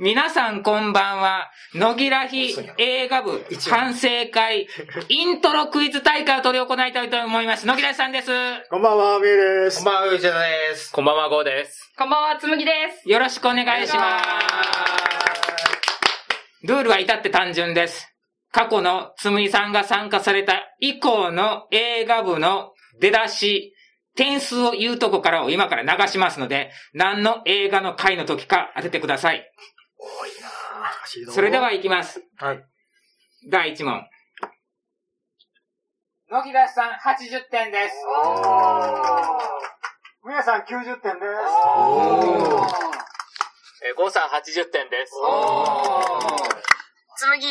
皆さんこんばんは。野木らひ映画部反省会イントロクイズ大会を取り行いたいと思います。野木らひさんです。こんばんは、みゆです。ばんは、うちのです。こんばんは、ゴーです。こんばんは、つむぎです。よろしくお願いします。ルールは至って単純です。過去のつむいさんが参加された以降の映画部の出だし、点数を言うとこからを今から流しますので、何の映画の回の時か当ててください。それでは行きます。はい。第1問。野木田さん80点です。みやさん90点でおえーー、ゴーさん80点です。つむぎ80点で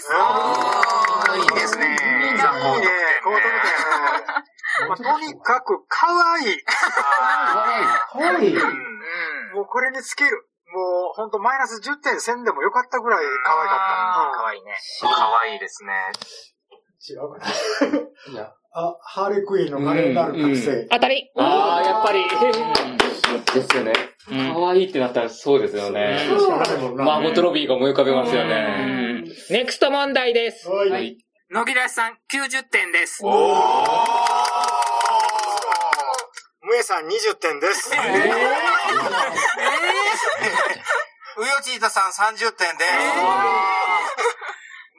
す。いいですす。いいね。ね、高得点。まあ、とにかく、可愛いうん。もうこれに尽きる。もう、ほんとマイナス10点せんでもよかったぐらい可愛かかわいいね。かわいいですね。った。違うかな。いや、 あ、ハーレクイーンのカレンダーの覚醒。当たりあー、やっぱり。ですよね。うん可愛いってなったらそうですよね。しかないもんな。マーゴトロビーが思い浮かべますようね。んネクスト問題です。はい。野木田さん90点です。むやさん20点です。うよちいたさん30点で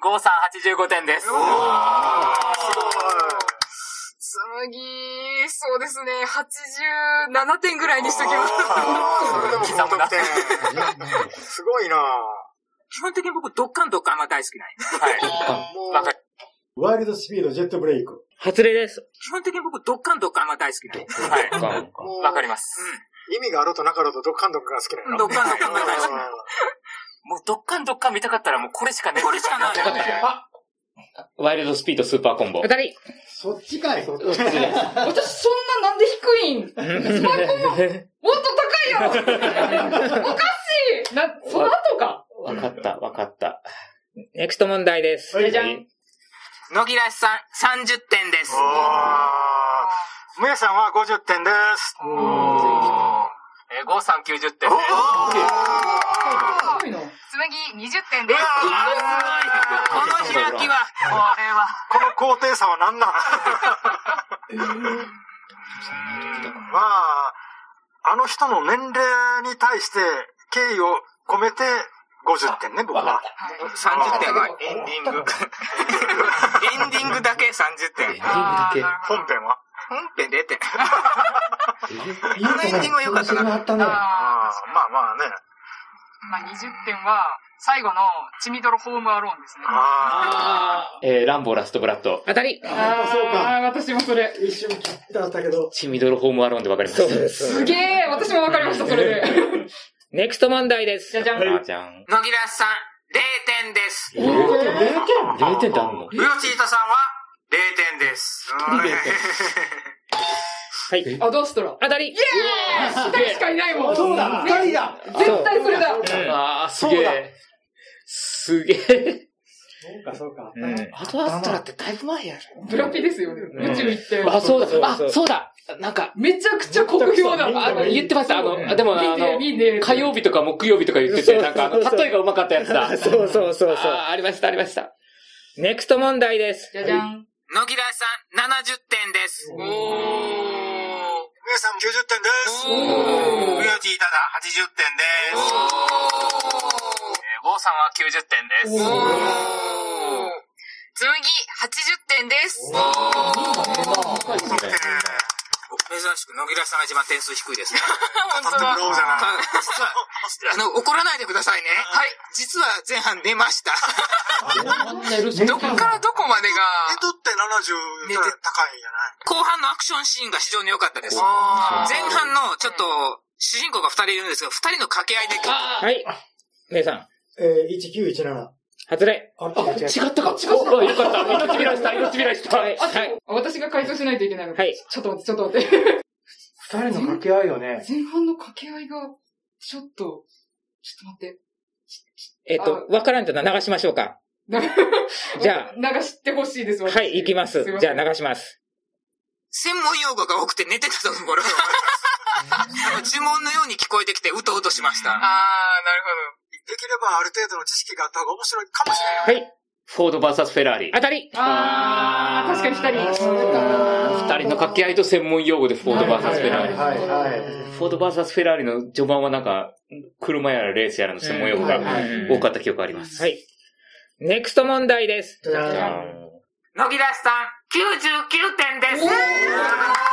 ゴーさん85点です。つむぎ、そうですね、87点ぐらいにしときます。す。それでも高得点。すごいな基本的に僕、ドッカンドッカンが大好きなんもう、ワイルドスピード、ジェットブレイク。外れです。基本的に僕、ドッカンドッカンが大好きなんはい。わかります。意味があろうとなかろうとドッカンドッカンが好きなの。ドッカンドッカンが大好き。うもうどっかんどっかん見たかったらもうこれしかねこれしかないよね。ワイルドスピードスーパーコンボ当。たりそっちかい。私そんななんで低いんもっと高いよおかしいな、その後か。わかった、わかった。ネクスト問題です。はいじゃん。野木らしさん30点です。むやさんは50点です。えー、ゴーさん90点です。つむぎ20点です。この開きは、この高低差は何なんまあ、あの人の年齢に対して敬意を込めて50点ね、僕は。 30点はエンディング。エンディングだけ30点。あー本編は。本編0点。あのエンディングは良かったな。なるほどああーまあまあね。ーまあ、20点は、最後の、チミドロホームアローンですね。あえー、ランボーラストブラッド。当たりあー、そうか。あ、私もそれ。一瞬切ってあったけど。チミドルホームアローンでわかりました。すげえ、私もわかりました、それで。ネクスト問題です。じゃじゃん。あーじゃん。野木らさん0点です。 0点 ?0 点ってあんのうよちいたさんは0点です。はい。あ、どうしたら当たり一人しかいないもん。そうだ、二人だ。絶対それだ。ああ、すげえ。すげえ。そうか、そうか。アトアストラってだいぶ前やブラピですよね。宇宙行って。あ、そうだ、あ、そうだ。なんか、めちゃくちゃ酷評だ。あの、言ってました。あの、でも、あ見て、の、見て。火曜日とか木曜日とか言ってて、なんか、あの、例えがうまかったやつだ。そうそうそう。あー、ありました、ありました。ネクスト問題です。じゃじゃん。野木らさん70点です。おー。みやさん90点です。ウヨティダダ80点です。ゴーさんは90点です。つむぎ80点です。珍しく、野木らさんが一番点数低いですね。本当は。そうじゃない。実は、あの、怒らないでくださいね。はい。実は前半寝ました。どこからどこまでが、ネットって70より高いんじゃない後半のアクションシーンが非常に良かったです。前半の、ちょっと、主人公が二人いるんですが、二人の掛け合いで、はい。姉さん、えー、1917。外れ。あ、違う。違ったか、違ったか。よかった。命拾いした、命拾いした。はい。はい。私が回答しないといけないのか。はいちょっと待って、ちょっと待って。二人の掛け合いよね。前半の掛け合いが、ちょっと、ちょっと待って。えっと、わからんとな、流しましょうか。なじゃあ流してほしいです、私はい、行きます。いせんじゃあ流します。専門用語が多くて寝てたところ、あの呪文のように聞こえてきて、うとうとしました。あー、なるほど。できればある程度の知識があった方が面白いかもしれない。はい。フォードバーサスフェラーリ。当たりあー、確かに二人。二人の掛け合いと専門用語でフォードバーサスフェラーリ。はいはいはい。フォードバーサスフェラーリの序盤はなんか、車やらレースやらの専門用語が多かった記憶があります。はい。ネクスト問題です。じゃじあゃあ野木出しさん、99点です。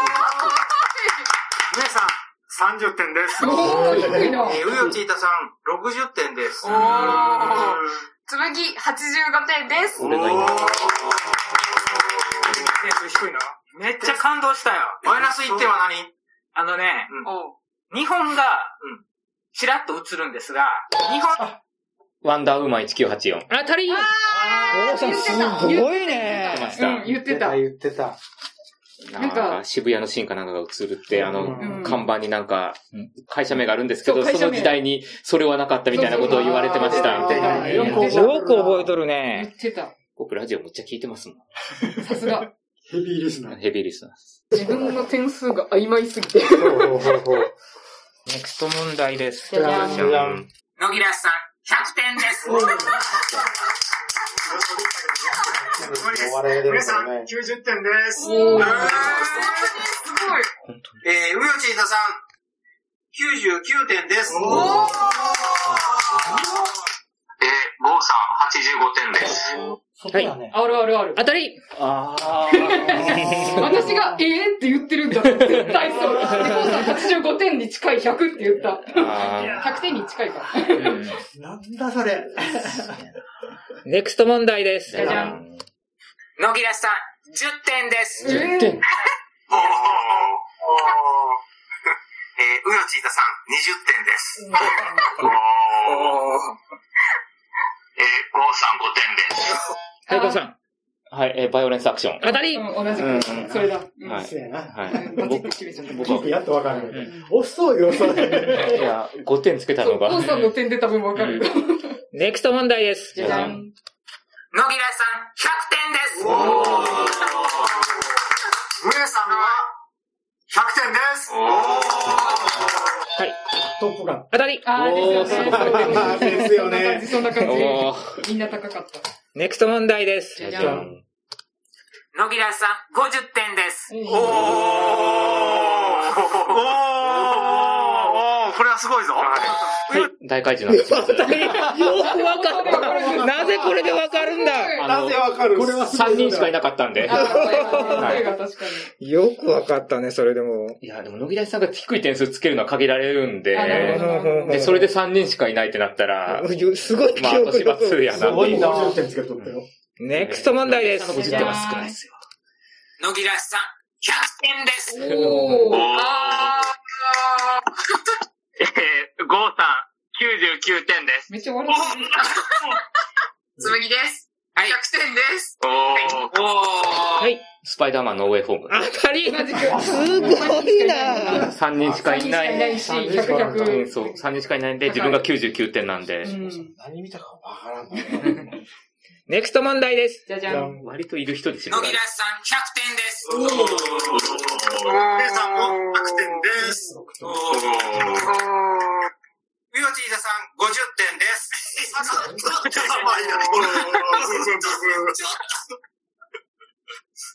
姉さん、30点です。いなえー、うよちいたさん、60点です。おうんー。つむぎ85点です。俺がいいなおー点数低いな。めっちゃ感動したよ。マイナス1点は何あのね、お日うん、本がちらっと映るんですが、日本、ワンダーウーマン1984。当たりおーさんすごいね。ましたうん、言ってた。言ってた。なんか、渋谷のシーンかなんかが映るって、あの、うん看板になんか、会社名があるんですけど、そうそ会社の名時代にそれはなかったみたいなことを言われてました。そうそうそうえよくー覚えてよく覚えとる言っね。てた。僕ラジオめっちゃ聞いてますもん。さすが。ヘビーリスナー。ヘビーリスナーです。自分の点数が曖昧すぎて。ほうほうほうほう。ネクスト問題です。じゃんじゃん。野木出しさん、100点です。お笑いでも姉こさん、れね。 90点です。おーえー、うよちいたさん、99点です。おーえー、ゴーさん85点です。そこだね。あるあるある。当たりああ。私が、ええって言ってるんだもん。絶対そう。で、こうさん85点に近い100って言った。100点に近いから。うんなんだそれ。ネクスト問題です。じゃん野木出しさん、10点です。 10点。おーおーえー、うよちいたさん20点です。おーえー、ゴーさん5点です。はい、こうさん。はい、えーバイオレンスアクション。当たりうん、同じうんく。それだ。うんはいそうやな。はい。バチッ僕と決めちゃった。僕聞いては、やっとわかる。遅いよ、それ。いや、5点つけたそのう、が。コウさんの点で多分わかる。ネクスト問題です。じゃじゃん。野木出しさん、100点です。上さんは、100点です。トップガン。当たりあー、ですよねそですよねうそうそう。そんな感じ、そんなお感ーじ。みんな高かった。ネクスト問題です。じゃじゃじゃじゃん。ん野木出しさん、50点です。おーおーこれはすごいぞ。大怪獣の話します。よくわかった。なぜこれでわかるんだあの、わかるこれは3人しかいなかったんで。あ声が確かよくわかったね、それでも。いや、でも、野木大さんが低い点数つけるのは限られるんで、あなるほで、それで3人しかいないってなったら、すごいまあ、記あと憶しば力。通やなっていう。 50点つけとったよ。ネクスト問題です。 50点は少ないですよ。野木出しさん、100点です。に。おー。あえー、ゴーさん99点です。めっちゃ笑ってる。ーつむぎです。はい100点です。おーーおー。はい。 スパイダーマンのウェイホーム。当たり同じく。すごいな3人しか3い人しな。かいないいし、100、うん100。そう、3人しかいないんで、自分が99点なんで、うん。何見たかわからんの。ネクスト問題です。じゃじゃん。割といる人ですよ野木出しね。さん、100点です。上さんも100点です。ミオチーザさん、50点です。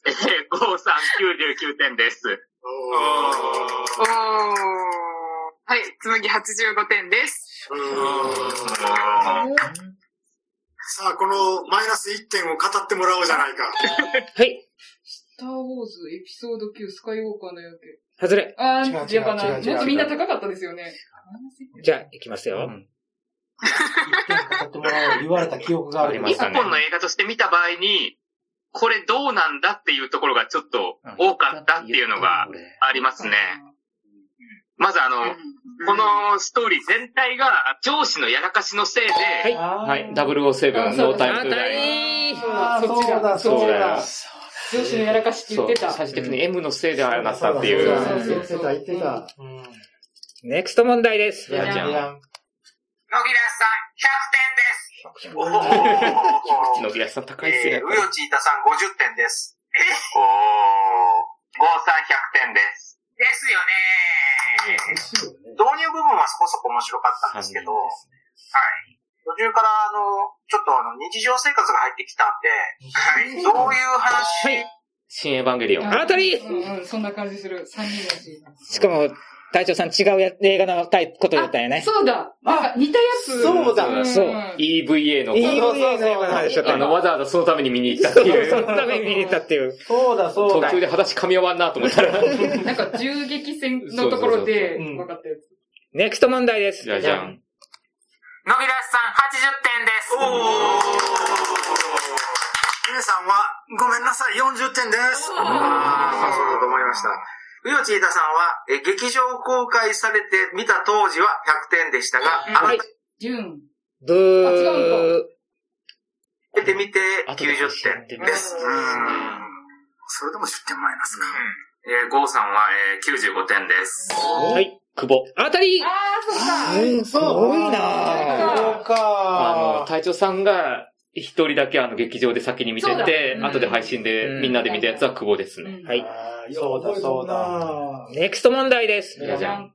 えー、ゴーさん99点です。おー。はい、つむぎ85点です。さあ、このマイナス1点を語ってもらおうじゃないか。はい。スターウォーズエピソード9スカイウォーカーの夜景。外れ。あ違う違うー、やっぱな、違う違うもっとみんな高かったですよね。じゃあ、いきますよ。語ってもらおう言われた記憶がある。ありま一したね本の映画として見た場合に、これどうなんだっていうところがちょっと多かったっていうのがありますね。まずあの、このストーリー全体が上司のやらかしのせいで、いはい、007、ノータイム当たトゥーダイ。りあーそっちそうだだ、そうそそうっだちだよ。。上司のやらかしって言ってた。そう最終的に M のせいでああなったっていそうう。だそうだそう言だってた、言ってた。うん。ネクスト問題です。じゃじゃん。野木出しさ野ん、木大さん高いっすえねー、。うよちいたさん50点です。おー、ゴーさん100点です。 100点です。ですよね。導入部分はそこそこ面白かったんですけど、はい。途中から、あの、ちょっとあの、日常生活が入ってきたんで、どういう話、新エヴァンゲリオン。あたりうんうん、そんな感じする。三人だし。しかも、隊長さん違うや映画のタイこと言ったんやね。そうだなんか似たやつ。そうだんそう EVA EVA の、の映画の話しちゃったあの、わざわざそのために見に行ったっていう。そのために見に行ったっていう。そうだ、そう途だ。中で話噛み合わんなと思ったら。なんか銃撃戦のところでそうそうそうそううん分かったやつ。ネクスト問題です。じゃあじゃん。のびらしさん80点です。皆さんは、ごめんなさい、40点です。ああ、そうだと思いました。うよちいたさんは、え劇場公開されて見た当時は100点でしたが、改ジュン。ブあ違ー。めて見て90点点です。うーん。それでも10点マイナスか。えー、ゴーさんは、えー、95点です。はい、久保。あたりああ、そうか。うん、すごいなぁそうあの、か。隊長さんが一人だけあの劇場で先に見てそうだて、うん後で配信でうんみんなで見たやつは久保ですね。はい。あーそうだ、そうだ。ネクスト問題です。じゃじゃん。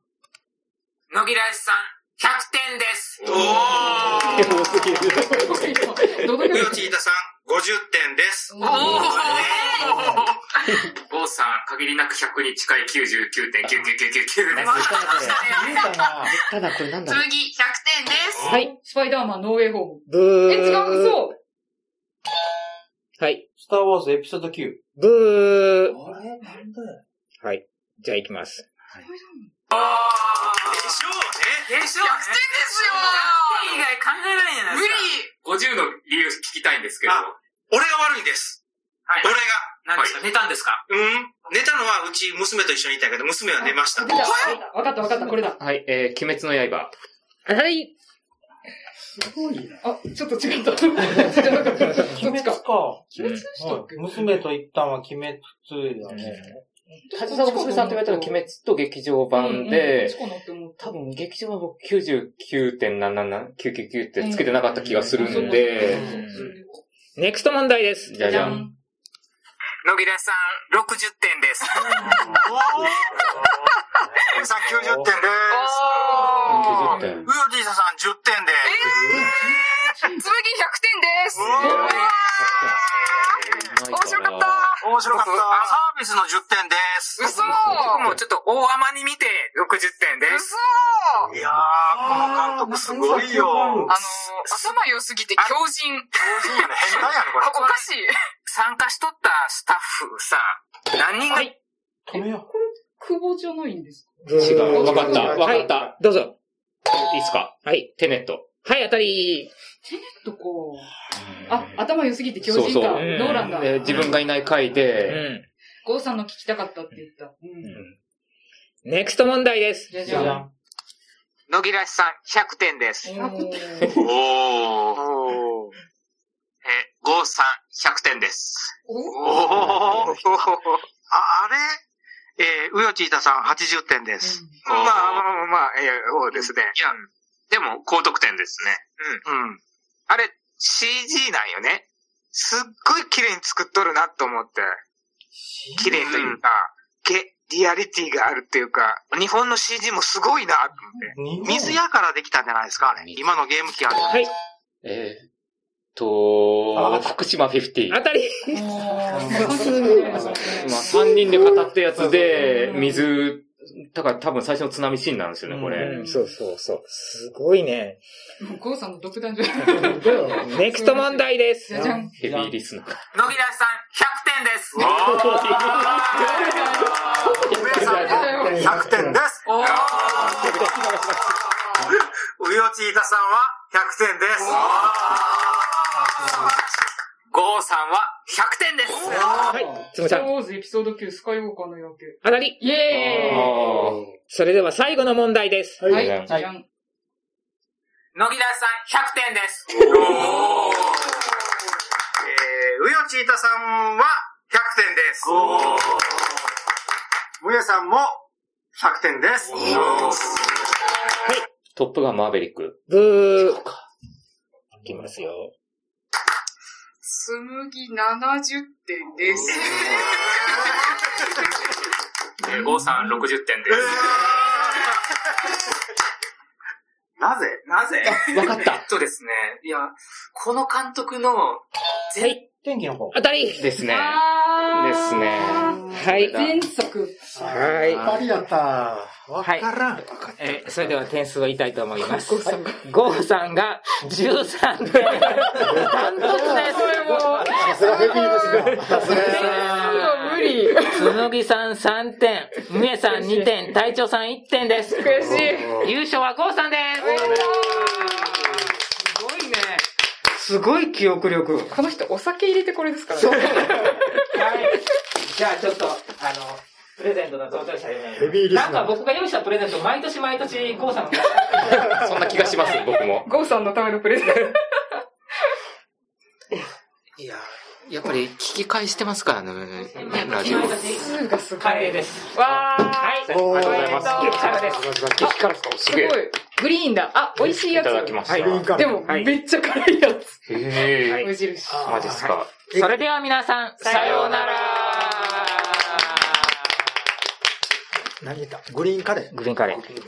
のびらしさん100点です。 多すぎる。どこうでよちいたさん50点です。ゴーさん、限りなく100に近い99.99999です。見たな。ただこれなんだ紬100点です。はい。スパイダーマン、ノーウェイホブー。ーム。え、違う、そう。はい。スターウォーズエピソード9。ブー。あれなんだよ。はい。じゃあ行きます。でしょうね。でしょ !100 点ですよ以外考えられないじゃないですか。 50の理由聞きたいんですけど。あ俺が悪いんです。はい俺が。何ですか寝たんですかうん。寝たのはうち娘と一緒にいたけど、娘は寝ま した。出た。わかった、わかった、これだ。はい、えー、鬼滅の刃。はい。あ、ちょっと違った。違うかった。そ鬼滅っちか。か。は鬼滅でしたっけい娘と一旦は鬼滅2だね。隊長さんが娘さんと言われたら鬼滅と劇場版うんうんで、こっちかなって思った多分劇場版僕99.77999ってつけてなかった気がするんで、ネクスト問題です。じゃじゃん。のぎらしさん60点 です。皆さん90点です。ウ。90点ヨジータさん10点です。紬100点です。面白かった面白かった。僕サービスの10点です。嘘僕もちょっと大甘に見て60点です。嘘いやー、この監督すごいよ。あのー、頭良すぎて強靭。いいよね。変態やね、これ。おかしい。参加しとったスタッフさ、何人が、止めよ久保じゃないんですブー違う。わかった。わかっ。はた。いどうぞ。いいっすかはい。テネット。はい、当たり。かとか。あ、頭良すぎて強靭か。ノそうそうーランだ。えー自分がいない回うで、ん。ゴーさんの聞きたかったって言った。うん。ネクスト問題です。じゃう。じゃん。のぎらしさん100点です。 100おー。えー、ゴーさん100点です。おーあ、あれえー、うよちいたさん80点です。まあまあまあ、えー、そうですね。いや、でも、高得点ですね。うん。あれ、CG なんよね。すっごい綺麗に作っとるなと思って。綺麗というか、け、リアリティがあるっていうか、日本の CG もすごいなと思って。水やからできたんじゃないですか、あれ。今のゲーム機あるはいえーっと、あ福島50。当たり。まあ、3人で語ったやつで、水、だから多分最初の津波シーンなんですよね、これ。うんそうそうそう。すごいね。ゴーさんの独断じゃない。ネクスト問題ですじ。ゃじゃん。ヘビーリスナー。のぎらしさん100点皆です。さんも100点です。ウヨチイタさんは100点です。ゴーさんは100点です。はい。つむスさターん。ウォーズエピソード9スカイウォーカーの夜明け。当たり。イエあそれでは最後の問題です。ーイはい、はじいゃじゃん。のぎらしさん100点です。えー、うよちいたさんは100点です。むやさんも100点です。トップガンマーベリック。ブー。いきますよ。紬70点です。 えー、ゴーさん60点です。なぜな ぜわかった。とですね、いや、この監督の、はい。天気の方。当たりですね。あーですね。はい。前作。はいやっぱりやった。わからん。えーそれでは点数を言いたいと思います。ゴーさんが13点。ダントツです。これも。さすがヘビーですが。さすが無理。つむぎさん3点、むえさん2点、隊長さん1点です。悔しい。優勝はゴーさんです。すごいね。すごい記憶力。この人お酒入れてこれですからね。じゃあちょっと、あの、プレゼントの贈呈者でねヘビーリスなんナかー。僕が用意したプレゼント、毎年毎年、ゴーさんが。そんな気がします、僕も。ゴーさんのためのプレゼント。いや、やっぱり聞き返してますからね、ラ毎ジオ。年、がすごい。カレーです。わー。はい。おーおめでとうございます激辛です。激辛ですかおすすごげいえ。。グリーンだ。あ、 美味しいやいつ。ただきました。グリーンカでレー。も、めっちゃ辛いやつ。へえ。無印。マジですか。それでは皆さん、さようなら。何言ったグリーンカレー。グリーンカレー。